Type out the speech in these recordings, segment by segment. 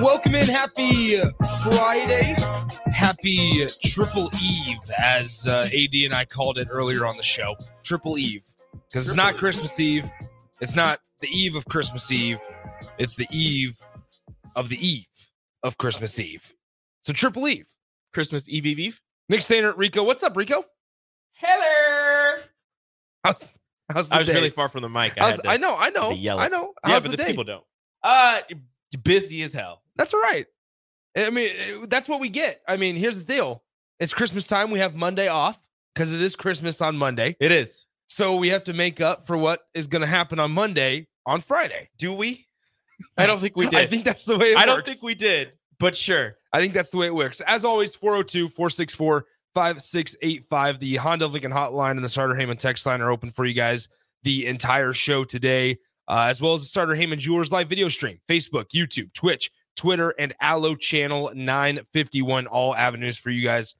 Welcome in. Happy Friday. Happy Triple Eve, as uh, AD and I called it earlier on the show. Triple Eve. Because it's E. not Christmas Eve. It's not the eve of Christmas Eve. It's the eve of the eve of Christmas Eve. So Triple Eve. Christmas Eve Eve Eve. Nick Stainer, Rico. What's up, Rico? Hello. How's, how's the I was day? really far from the mic. I, How's- I, had to, know, I know, to yell I it. know. yeah, How's but the, day? people don't. Uh, busy as hell. That's all right. I mean, eh, that's what we get. I mean, here's the deal: it's Christmas time. We have Monday off because it is Christmas on Monday, It is. so we have to make up for what is going to happen on Monday on Friday. Do we? I don't think we did. I think that's the way. It I don't works. think we did. But sure. I think that's the way it works. As always, 402 464 5685. The Honda of Lincoln hotline and the Starter Heyman text line are open for you guys the entire show today, uh, as well as the Starter Heyman Jewelers live video stream, Facebook, YouTube, Twitch, Twitter, and Allo Channel 951. All avenues for you guys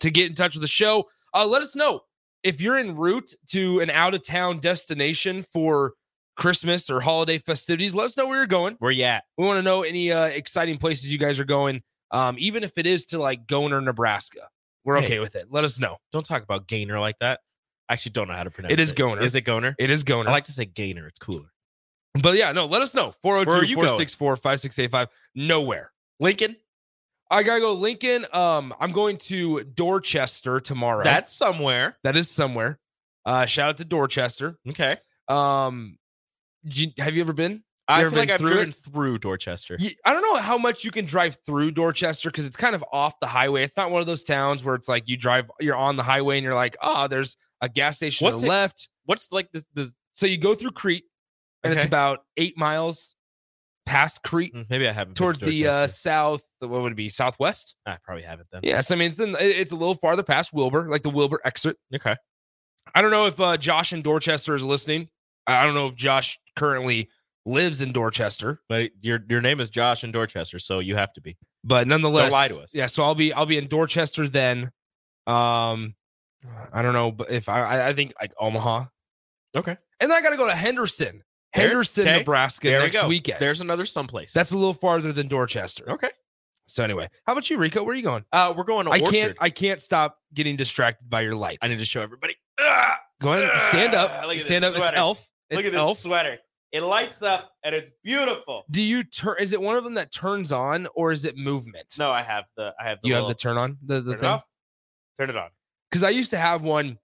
to get in touch with the show. Uh, let us know if you're en route to an out of town destination for Christmas or holiday festivities. Let us know where you're going. Where you at? We want to know any uh, exciting places you guys are going, um, even if it is to like Goner, Nebraska. We're Hey. okay with it. Let us know. Don't talk about Gainer like that. I actually don't know how to pronounce it. is Goner. Is it Goner? It is Goner. I like to say Gainer. It's cooler. but yeah, no, let us know. 402 you going? 464 5685. Nowhere. Lincoln. I got to go Lincoln. Um, I'm going to Dorchester tomorrow. That's somewhere. that is somewhere. Uh, shout out to Dorchester. Okay. Um, you- have you ever been? I ever feel like been I've through driven it? through Dorchester. Ye- I don't know how much you can drive through Dorchester because it's kind of off the highway. It's not one of those towns where it's like you drive, you're on the highway and you're like, ah, there's a gas station to What's the it- left. What's like the, the So you go through Crete, and it's Okay. about eight miles past Crete mm, maybe I haven't been to towards the uh, Dorchester. south. What would it be? Southwest. I probably haven't then. Yes, I mean it's in, it- it's a little farther past Wilbur, like the Wilbur exit. Okay. I don't know if uh, Josh in Dorchester is listening. I I don't know if Josh currently lives in Dorchester, But your your name is Josh in Dorchester, so you have to be. but nonetheless, lie to us. Yeah, so I'll be I'll be in Dorchester then. Um, I don't know, but if I I- I think like Omaha, Okay. and I got to go to Henderson, There- Henderson, okay. Nebraska There we next go. weekend. There's another someplace. That's a little farther than Dorchester. okay. So anyway, how about you, Rico? Where are you going? Uh, we're going to I Orchard. can't. I can't stop getting distracted by your lights. I need to show everybody. go ahead. and Stand Ah, up. look at stand this up. sweater. It's Elf. It's Look at this Elf. sweater. It lights up and it's beautiful. Do you turn? Is it one of them that turns on, or is it movement? No, I have the. I have the. You have little, the turn on the the turn it thing off. Turn it on. because I used to have one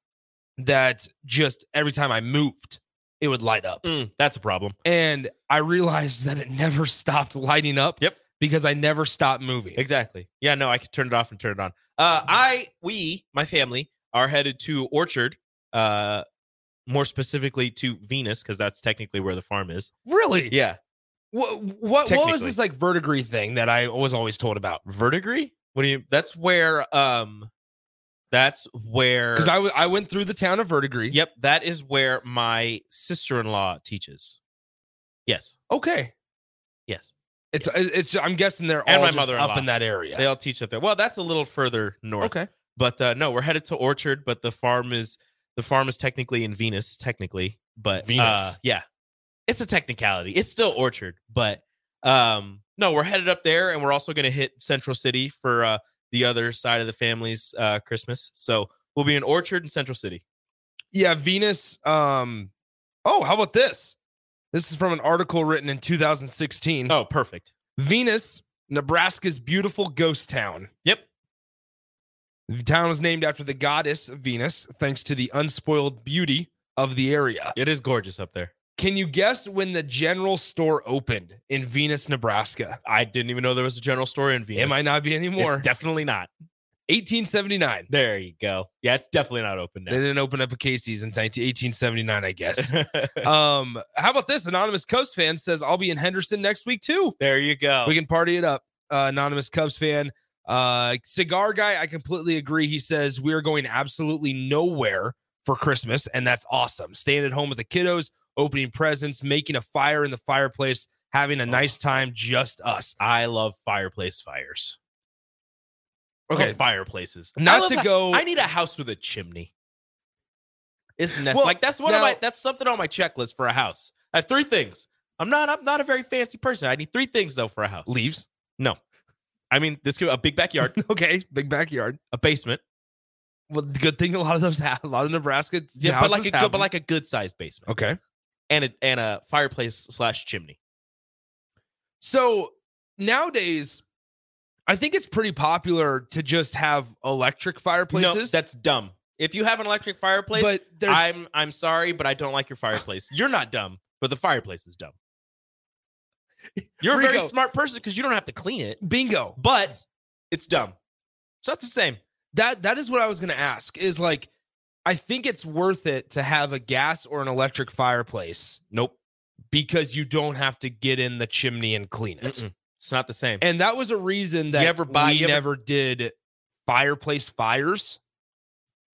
that just every time I moved, it would light up, Mm, that's a problem. and I realized that it never stopped lighting up. Yep. Because I never stopped moving. Exactly. Yeah. No, I could turn it off and turn it on. Uh, I, we, my family are headed to Orchard. Uh, more specifically to Venus because that's technically where the farm is. Really? Yeah. What what, what was Technically. this like verdigris thing that I was always told about? Verdigris. What do you? That's where. Um. That's where. Because I w- I went through the town of Verdigris. Yep, that is where my sister-in-law teaches. Yes, Okay. yes, It's Yes. it's. I'm guessing they're And all my just up mother-in-law. in that area. they all teach up there. Well, that's a little further north. okay. but uh, no, we're headed to Orchard. But the farm is the farm is technically in Venus, technically. But Venus. uh, yeah, it's a technicality. It's still Orchard, but um, no, we're headed up there, and we're also going to hit Central City for uh, the other side of the family's uh, Christmas. So we'll be in Orchard and Central City. Yeah, Venus. Um, oh, how about this? This is from an article written in 2016. Oh, perfect. Venus, Nebraska's beautiful ghost town. Yep. The town was named after the goddess Venus, thanks to the unspoiled beauty of the area. It is gorgeous up there. Can you guess when the general store opened in Venus, Nebraska? I didn't even know there was a general store in Venus. It might not be anymore. It's definitely not. 1879. There you go. Yeah, it's definitely not open They now. didn't open up a Casey's in 19- 1879, I guess. Uh, um, how about this? Anonymous Cubs fan says, I'll be in Henderson next week too. there you go. We can party it up. Uh, anonymous Cubs fan. Uh, cigar guy, I completely agree. He says we are going absolutely nowhere for Christmas, and that's awesome. Staying at home with the kiddos, opening presents, making a fire in the fireplace, having a nice time, just us. I love fireplace fires. I Okay, love fireplaces. I not love to that- go. I need a house with a chimney. It's nest- Well, like that's one of now- my that's something on my checklist for a house. I have three things. I'm not I'm not a very fancy person. I need three things though for a house. leaves. No. I mean this could a big backyard, Okay, big backyard. a basement. Well, good thing a lot of those, ha- a lot of Nebraska, Yeah, but like a houses good have but them. like a good sized basement. okay. And a and a fireplace slash chimney. So nowadays, I think it's pretty popular to just have electric fireplaces. No, that's dumb. If you have an electric fireplace, but there's I'm I'm sorry, but I don't like your fireplace. You're not dumb, but the fireplace is dumb. You're a very Rico. smart person because you don't have to clean it, bingo. but it's dumb. It's not the same. that that is what I was going to ask is like I think it's worth it to have a gas or an electric fireplace. Nope. Because you don't have to get in the chimney and clean it. Mm-mm. It's not the same. And that was a reason that ever buy- we you ever- never did fireplace fires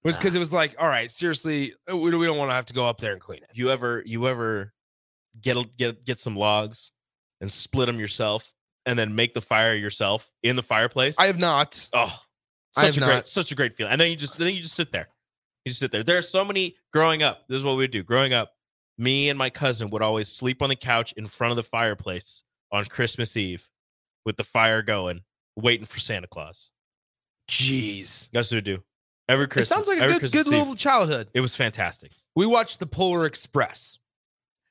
was Ah. because it was like, all right, seriously, uh, we, we don't want to have to go up there and clean it. You ever you ever get a- get get some logs and split them yourself, and then make the fire yourself in the fireplace? I have not. oh, I such a have great not. such a great feeling. And then you just then you just sit there. You just sit there. There are so many growing up. This is what we would do. Growing up, me and my cousin would always sleep on the couch in front of the fireplace on Christmas Eve with the fire going, waiting for Santa Claus. Jeez. That's what we do. Every It Christmas. sounds like every a good, Christmas good Eve. little childhood. It was fantastic. We watched the Polar Express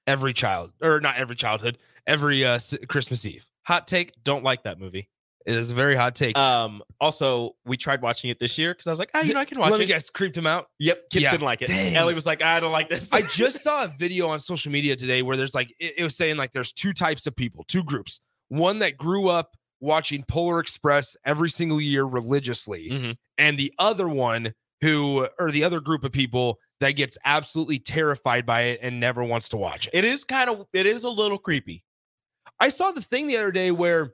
every child, or not every childhood, every uh, s- Christmas Eve. Hot take, don't like that movie. It is a very hot take. Um, also, we tried watching it this year because I was like, ah, you know, I can watch Let it. me guess, creeped him out. Yep, kids Yeah. didn't like it. Dang. Ellie was like, I don't like this. I just saw a video on social media today where there's like it, it was saying like there's two types of people, two groups. One that grew up watching Polar Express every single year religiously, Mhm. and the other one who or the other group of people that gets absolutely terrified by it and never wants to watch it. it is kind of it is a little creepy. I saw the thing the other day where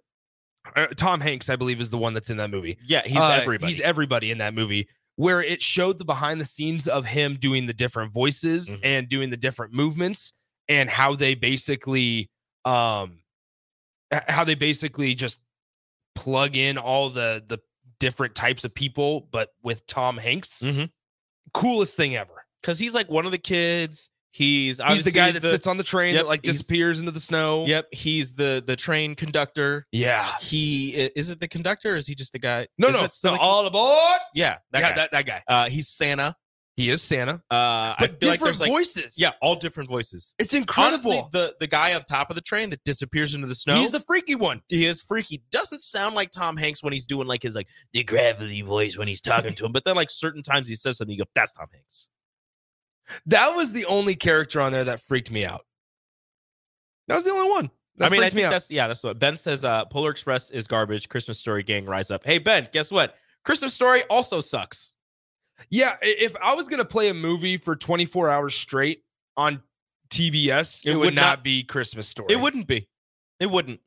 uh, Tom Hanks, I believe, is the one that's in that movie. Yeah, he's Uh, everybody. He's everybody in that movie. Where it showed the behind the scenes of him doing the different voices Mhm. and doing the different movements and how they basically um h- how they basically just plug in all the the different types of people, but with Tom Hanks. Mhm. Coolest thing ever. because he's like one of the kids. He's He's the obviously guy that sits on the train Yep, that like he's- disappears into the snow. Yep, he's the the train conductor. Yeah. He i- is it the conductor? Or is he just the guy? Ah. No, Is no, that still no, the- all aboard. yeah, that yeah, guy. that, that guy. uh, he's Santa. He is Santa. Uh, I But feel like different there's, like- voices. yeah, all different voices. It's incredible. Honestly, the the guy on top of the train that disappears into the snow. He's the freaky one. he is freaky. Doesn't sound like Tom Hanks when he's doing like his like the gravity voice when he's talking to him. But then like certain times he says something, you go, "That's Tom Hanks." That was the only character on there that freaked me out. That was the only one. That I mean, I freaked me think out. that's yeah, that's what Ben says. Uh, Polar Express is garbage. Christmas Story gang rise up. Hey Ben, guess what? Christmas Story also sucks. yeah. i- If I was gonna play a movie for 24 hours straight on TBS, it, would, not, be Christmas Story. It wouldn't be. It wouldn't.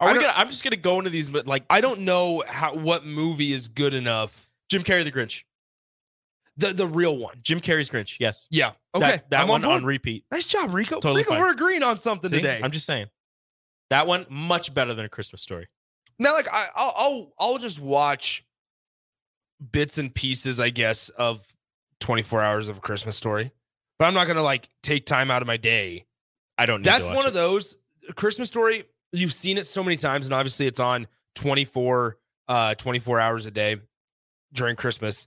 Are I we don't- gonna? I'm just gonna go into these, but like I don't know how what movie is good enough. Jim Carrey the Grinch. The the real one. Jim Carrey's Grinch. Yes. Yeah. Okay. That- that I'm one on on, board. repeat. nice job, Rico. Totally Rico, fine. we're agreeing on something See? today. I'm just saying. That one much better than a Christmas Story. now like I, I'll, I'll i'll just watch bits and pieces i guess of 24 hours of a christmas story but i'm not gonna like take time out of my day I don't. Need that's one of those uh, christmas story you've seen it so many times, and obviously it's on 24, uh, 24 hours a day during Christmas.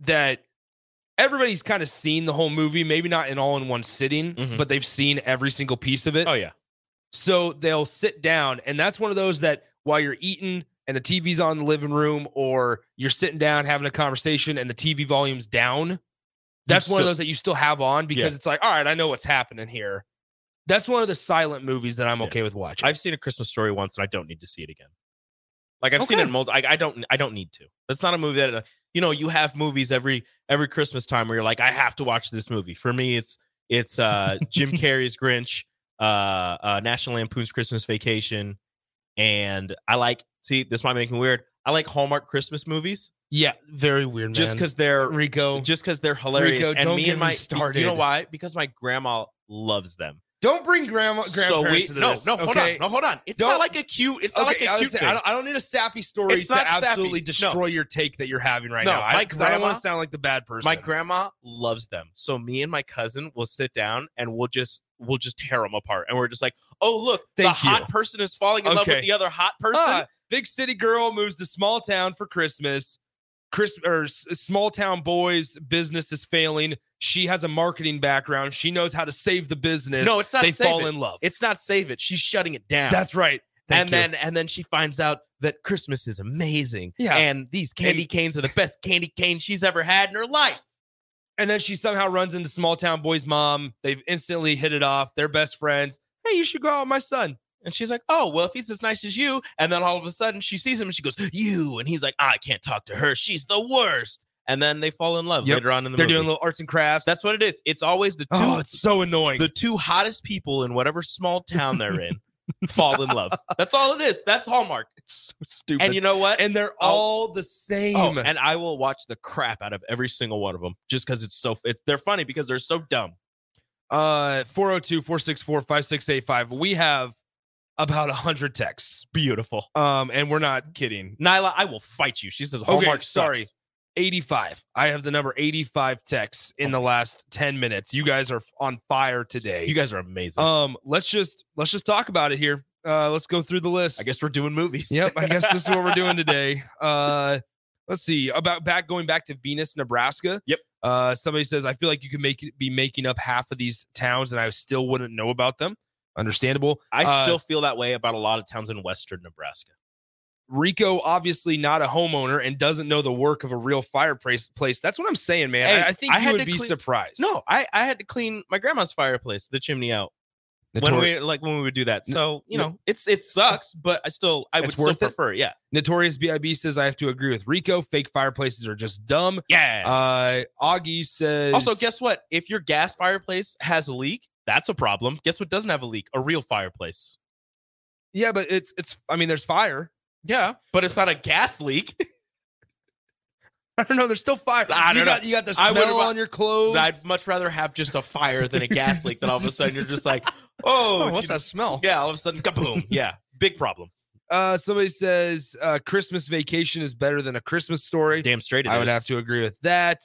that everybody's kind of seen the whole movie, maybe not in all in one sitting, Mhm. but they've seen every single piece of it. Oh yeah. So they'll sit down, and that's one of those that while you're eating and the TV's on in the living room, or you're sitting down having a conversation and the TV volume's down, that's one of still- those that you still have on because Yeah. it's like, all right, I know what's happening here. That's one of the silent movies that I'm Yeah. okay with watching. I've seen a Christmas story once, and I don't need to see it again. Like I've seen Okay. it multiple. I, I don't. I don't need to. That's not a movie that uh, you know. You have movies every every Christmas time where you're like, I have to watch this movie. For me, it's it's uh Jim Carrey's Grinch, uh, uh National Lampoon's Christmas Vacation, and I like. See, this might make me weird. I like Hallmark Christmas movies yeah, very weird, just man. because they're Rico, just because they're hilarious. Rico, and don't me get and me my You know started. why? Because my grandma loves them. don't bring grandma, grandparents So to we, no, this. no, hold okay? on, no, hold on. It's Don't- not like a cute. It's not Okay, I like a was cute. saying, thing. I, don't, I don't need a sappy story It's to not sappy. absolutely No. destroy your take that you're having right No, now. my I, 'cause I don't grandma- want to sound like the bad person. my grandma loves them, so me and my cousin will sit down and we'll just we'll just tear them apart, and we're just like, oh look, the Thank hot you. person is falling in love Okay. with the other hot person. Ah, big city girl moves to small town for Christmas. Chris or s- small town boys business is failing. She has a marketing background. She knows how to save the business. No, it's not They save fall it. in love. it's not save it. She's shutting it down. that's right. Thank and you. then and then she finds out that Christmas is amazing. Yeah. and these candy canes are the best candy cane she's ever had in her life. and then she somehow runs into small town boy's mom. They've instantly hit it off. They're best friends. Hey, you should go out with my son. And she's like, "Oh, well, if he's as nice as you," and then all of a sudden she sees him and she goes, "You," and he's like, "I can't talk to her. She's the worst." And then they fall in love Yep. later on in the They're movie. doing little arts and crafts. That's what it is. It's always the two, oh, it's so annoying. the two hottest people in whatever small town they're in fall in love. That's all it is. That's Hallmark. It's so stupid. And you know what? and they're I'll- all the same. Oh, and I will watch the crap out of every single one of them just because it's so it's they're funny because they're so dumb. uh 402-464-5685. We have about a hundred texts. Beautiful. Um, and we're not kidding. Nyla, I will fight you. She says Hallmark sorry. sucks. 85. I have the number 85 texts in the last 10 minutes. You guys are on fire today. You guys are amazing. um, let's just let's just talk about it here. Uh, let's go through the list. I guess we're doing movies. Yep, I guess this is what we're doing today. Uh let's see. About back going back to Venus, Nebraska. Yep. Uh somebody says, I feel like you could make it be making up half of these towns and I still wouldn't know about them. Understandable. I Uh, still feel that way about a lot of towns in western Nebraska. Rico obviously not a homeowner and doesn't know the work of a real fireplace place. That's what I'm saying, man. Hey, I, I think I you had would to be clean- surprised. No, I, I had to clean my grandma's fireplace, the chimney out. when Notori- we like when we would do that. So you know, it's it sucks, but I still I would It's still worth it? prefer. Yeah, Notorious BIB says I have to agree with Rico. Fake fireplaces are just dumb. yeah. Uh, Augie says. Uh, also, guess what? If your gas fireplace has a leak, that's a problem. Guess what doesn't have a leak? A real fireplace. Yeah, but it's it's. I mean, there's fire. Yeah, but it's not a gas leak. I don't know. There's still fire. I you don't got you got the I smell would've- on your clothes. I'd much rather have just a fire than a gas leak. Than all of a sudden you're just like, oh, oh, what's you- that smell? Yeah, all of a sudden, kaboom. Yeah, big problem. Uh, somebody says uh, Christmas vacation is better than a Christmas story. Damn straight. it I would is. have to agree with that.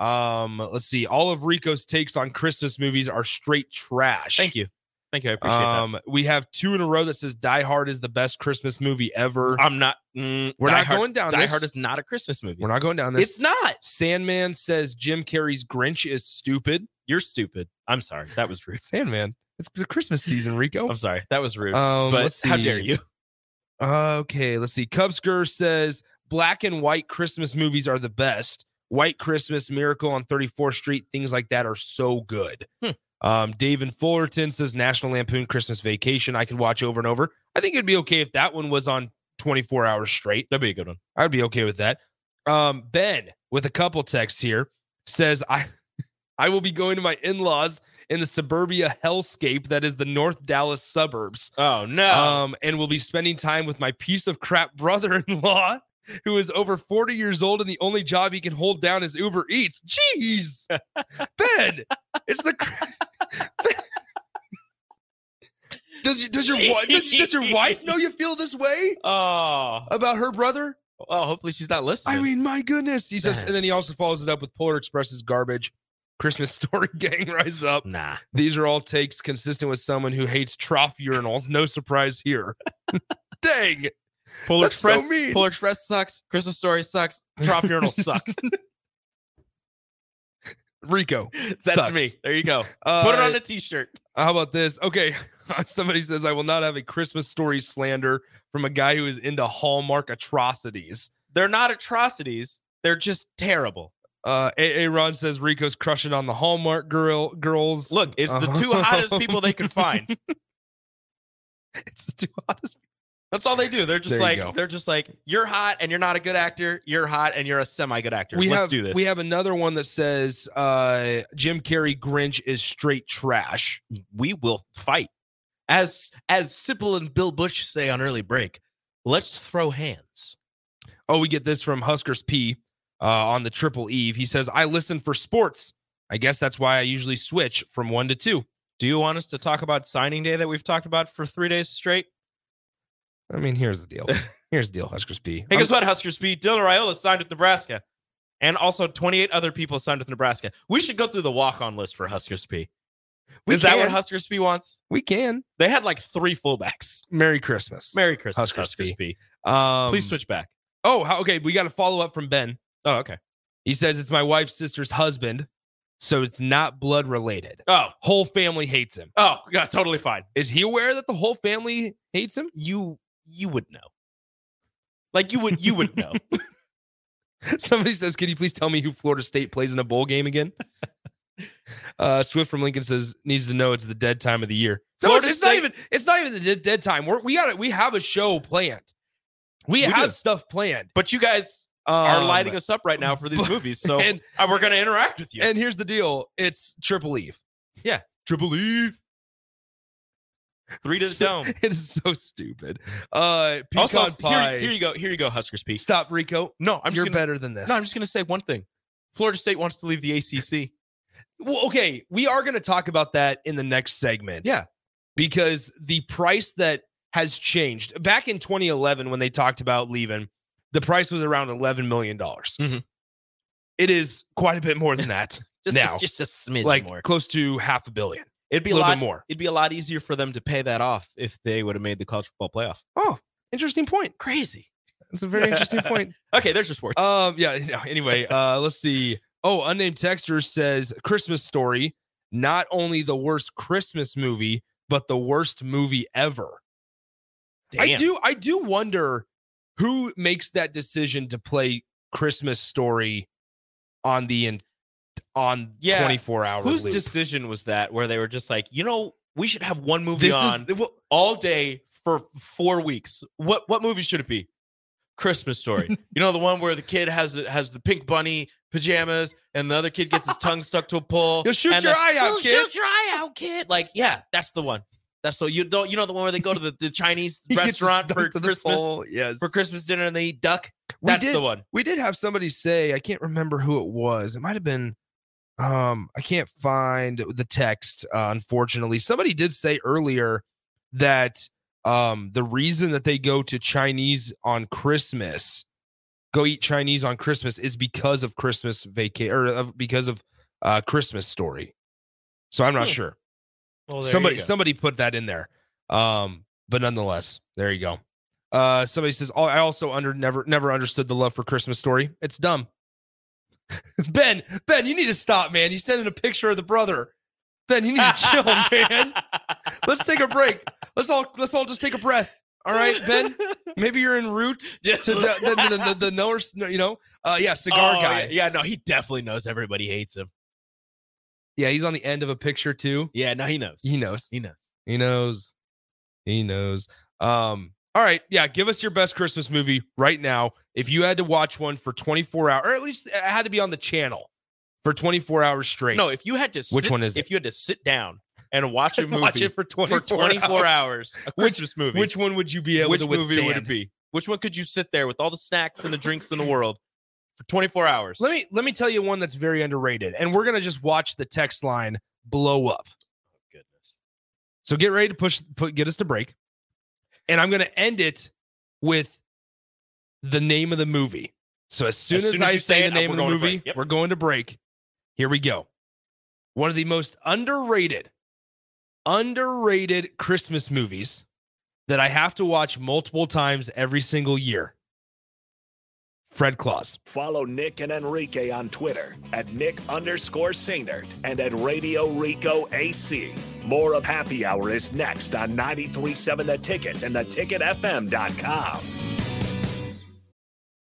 Um, let's see. All of Rico's takes on Christmas movies are straight trash. Thank you. Thank you. I appreciate um, we have two in a row that says Die Hard is the best Christmas movie ever. that. I'm not. mm, We're Die not Hard- going down Die this. Hard is not a Christmas movie. We're not going down this. It's not. Sandman says Jim Carrey's Grinch is stupid. You're stupid. I'm sorry. That was rude. Sandman. It's the Christmas season, Rico. I'm sorry. That was rude. Um, but let's how see. dare you? Okay, let's see. Cubsker says black and white Christmas movies are the best. White Christmas, Miracle on 34th Street, things like that are so good. Hmm. Um, Dave in Fullerton says National Lampoon Christmas Vacation. I could watch over and over. I think it'd be okay if that one was on 24 hours straight. That'd be a good one. I'd be okay with that. Um, ben with a couple texts here says I I will be going to my in-laws in the suburbia hellscape that is the North Dallas suburbs. Oh no. Um, and will be spending time with my piece of crap brother-in-law who is over 40 years old and the only job he can hold down is Uber Eats. Jeez. Ben, it's the cra- Does, your- does your wi- does, does your wife know you feel this way oh. about her brother? Well, hopefully she's not listening. I mean, my goodness. He says, and then he also follows it up with Polar Express's garbage. Christmas story gang rise up. nah. These are all takes consistent with someone who hates trough urinals. No surprise here. Dang. Polar That's so Express. mean. Polar Express sucks. Christmas Story sucks. Trop Urinal sucks. Rico. That's Sucks. me. There you go. Uh, Put it on a t-shirt. how about this? Okay. Somebody says, I will not have a Christmas story slander from a guy who is into Hallmark atrocities. They're not atrocities. They're just terrible. Uh, AA Ron says, Rico's crushing on the Hallmark girl girls. Look, it's the two Uh-huh. hottest people they could find. it's the two hottest. That's all they do. They're just There you go. like they're just like you're hot and you're not a good actor. You're hot and you're a semi good actor. We Let's have, do this. We have another one that says uh, Jim Carrey Grinch is straight trash. we will fight. As as Sipple and Bill Bush say on early break, let's throw hands. Oh, we get this from Huskers P uh, on the Triple Eve. He says, I listen for sports. I guess that's why I usually switch from one to two. Do you want us to talk about signing day that we've talked about for three days straight? I mean, here's the deal. Here's the deal, Huskers P. Um, Hey, I'm- guess what, Huskers B? Dylan Raiola signed with Nebraska, and also 28 other people signed with Nebraska. We should go through the walk-on list for Huskers B. we Is that what can. Huskers B wants? we can? They had like three fullbacks. Merry Christmas. Merry Christmas, Huskers Huskers, B. B. Um, Please switch back. Oh, how, okay. We got a follow up from Ben. Oh, okay. He says, It's my wife's sister's husband. So it's not blood related. Oh, Whole family hates him. oh, yeah, totally fine. Is he aware that the whole family hates him? You you would know. Like you would you would know. Somebody says, "Can you please tell me who Florida State plays in a bowl game again?" uh, Swift from Lincoln says needs to know it's the dead time of the year. No, it's, Florida it's not State- even. It's not even the dead, dead time. We're, we got it. We have a show planned. We, We have do. stuff planned. but you guys Um, are lighting us up right now for these but- movies, so and- uh, we're gonna interact with you. And here's the deal: it's Triple Eve. Triple E. Three to the So- dome. It is so stupid. Uh, pecan Also, pie. Here, here you go. Here you go, Huskers P. Stop, Rico. No, I'm You're just gonna, better than this. no. I'm just gonna say one thing. Florida State wants to leave the ACC. Well, okay, we are going to talk about that in the next segment. Yeah. Because the price that has changed back in 2011 when they talked about leaving, the price was around 11 million dollars. Mhm. It is quite a bit more than that. Just, Now. just a smidge like more. close to half a billion. It'd be a a little lot bit more. It'd be a lot easier for them to pay that off if they would have made the college football playoff. Interesting point. Crazy. That's a very interesting point. Okay, there's your sports. Um, yeah. No, anyway, uh, let's see. Oh, unnamed texter says Christmas story, not only the worst Christmas movie, but the worst movie ever. I Damn. do I do wonder who makes that decision to play Christmas story on the in, on Yeah. 24 hour Whose loop. decision was that? Where they were just like, you know, we should have one movie This on is well, all day for four weeks. What what movie should it be? Christmas Story. you know the one where the kid has has the pink bunny pajamas, and the other kid gets his tongue stuck to a pole. You'll shoot and your the- eye out, You'll kid. Shoot your eye out, kid. Like yeah, that's the one. That's the you don't you know the one where they go to the, the Chinese he gets restaurant stuck for to the Christmas pole, Yes. for Christmas dinner and they eat duck. we That's did the one. we did have somebody say i can't remember who it was it might have been um i can't find the text uh, unfortunately somebody did say earlier that um the reason that they go to chinese on christmas go eat chinese on christmas is because of christmas vacation or of, because of uh christmas story so i'm not Hmm. sure Well, somebody somebody put that in there. Um, but nonetheless, there you go. Uh, somebody says, "Oh, I also under never never understood the love for Christmas story. It's dumb." ben, Ben, you need to stop, man. You sent in a picture of the brother. Ben, you need to chill, man. Let's take a break. Let's all let's all just take a breath. All right, Ben. Maybe you're en route Just- to the the, the, the, the knowers, you know. Uh, yeah, cigar Oh, guy. Yeah, yeah, no, he definitely knows everybody hates him. yeah, he's on the end of a picture too. Yeah, no, he knows. He knows. He knows. He knows. He knows. Um, all right. Yeah, give us your best Christmas movie right now. If you had to watch one for 24 hours, or at least it had to be on the channel for 24 hours straight. No, if you had to, Which sit- one is it? If you had to sit down and watch a movie watch it for 24, for 24 hours, a Which- Christmas movie, Which one would you be able which to movie withstand? would it be? Which one could you sit there with all the snacks and the drinks in the world for 24 hours? Let me let me tell you one that's very underrated, and we're gonna just watch the text line blow up. goodness. So get ready to push, put, get us to break. And I'm going to end it with the name of the movie. So as soon as, soon as I you say say it, the name we're of the going to movie, break. Yep. we're going to break. Here we go. One of the most underrated, underrated Christmas movies that I have to watch multiple times every single year. Fred Claus. Follow Nick and Enrique on Twitter at Nick underscore Sainert and at Radio Rico AC. More of Happy Hour is next on 937 The Ticket and theticketfm.com.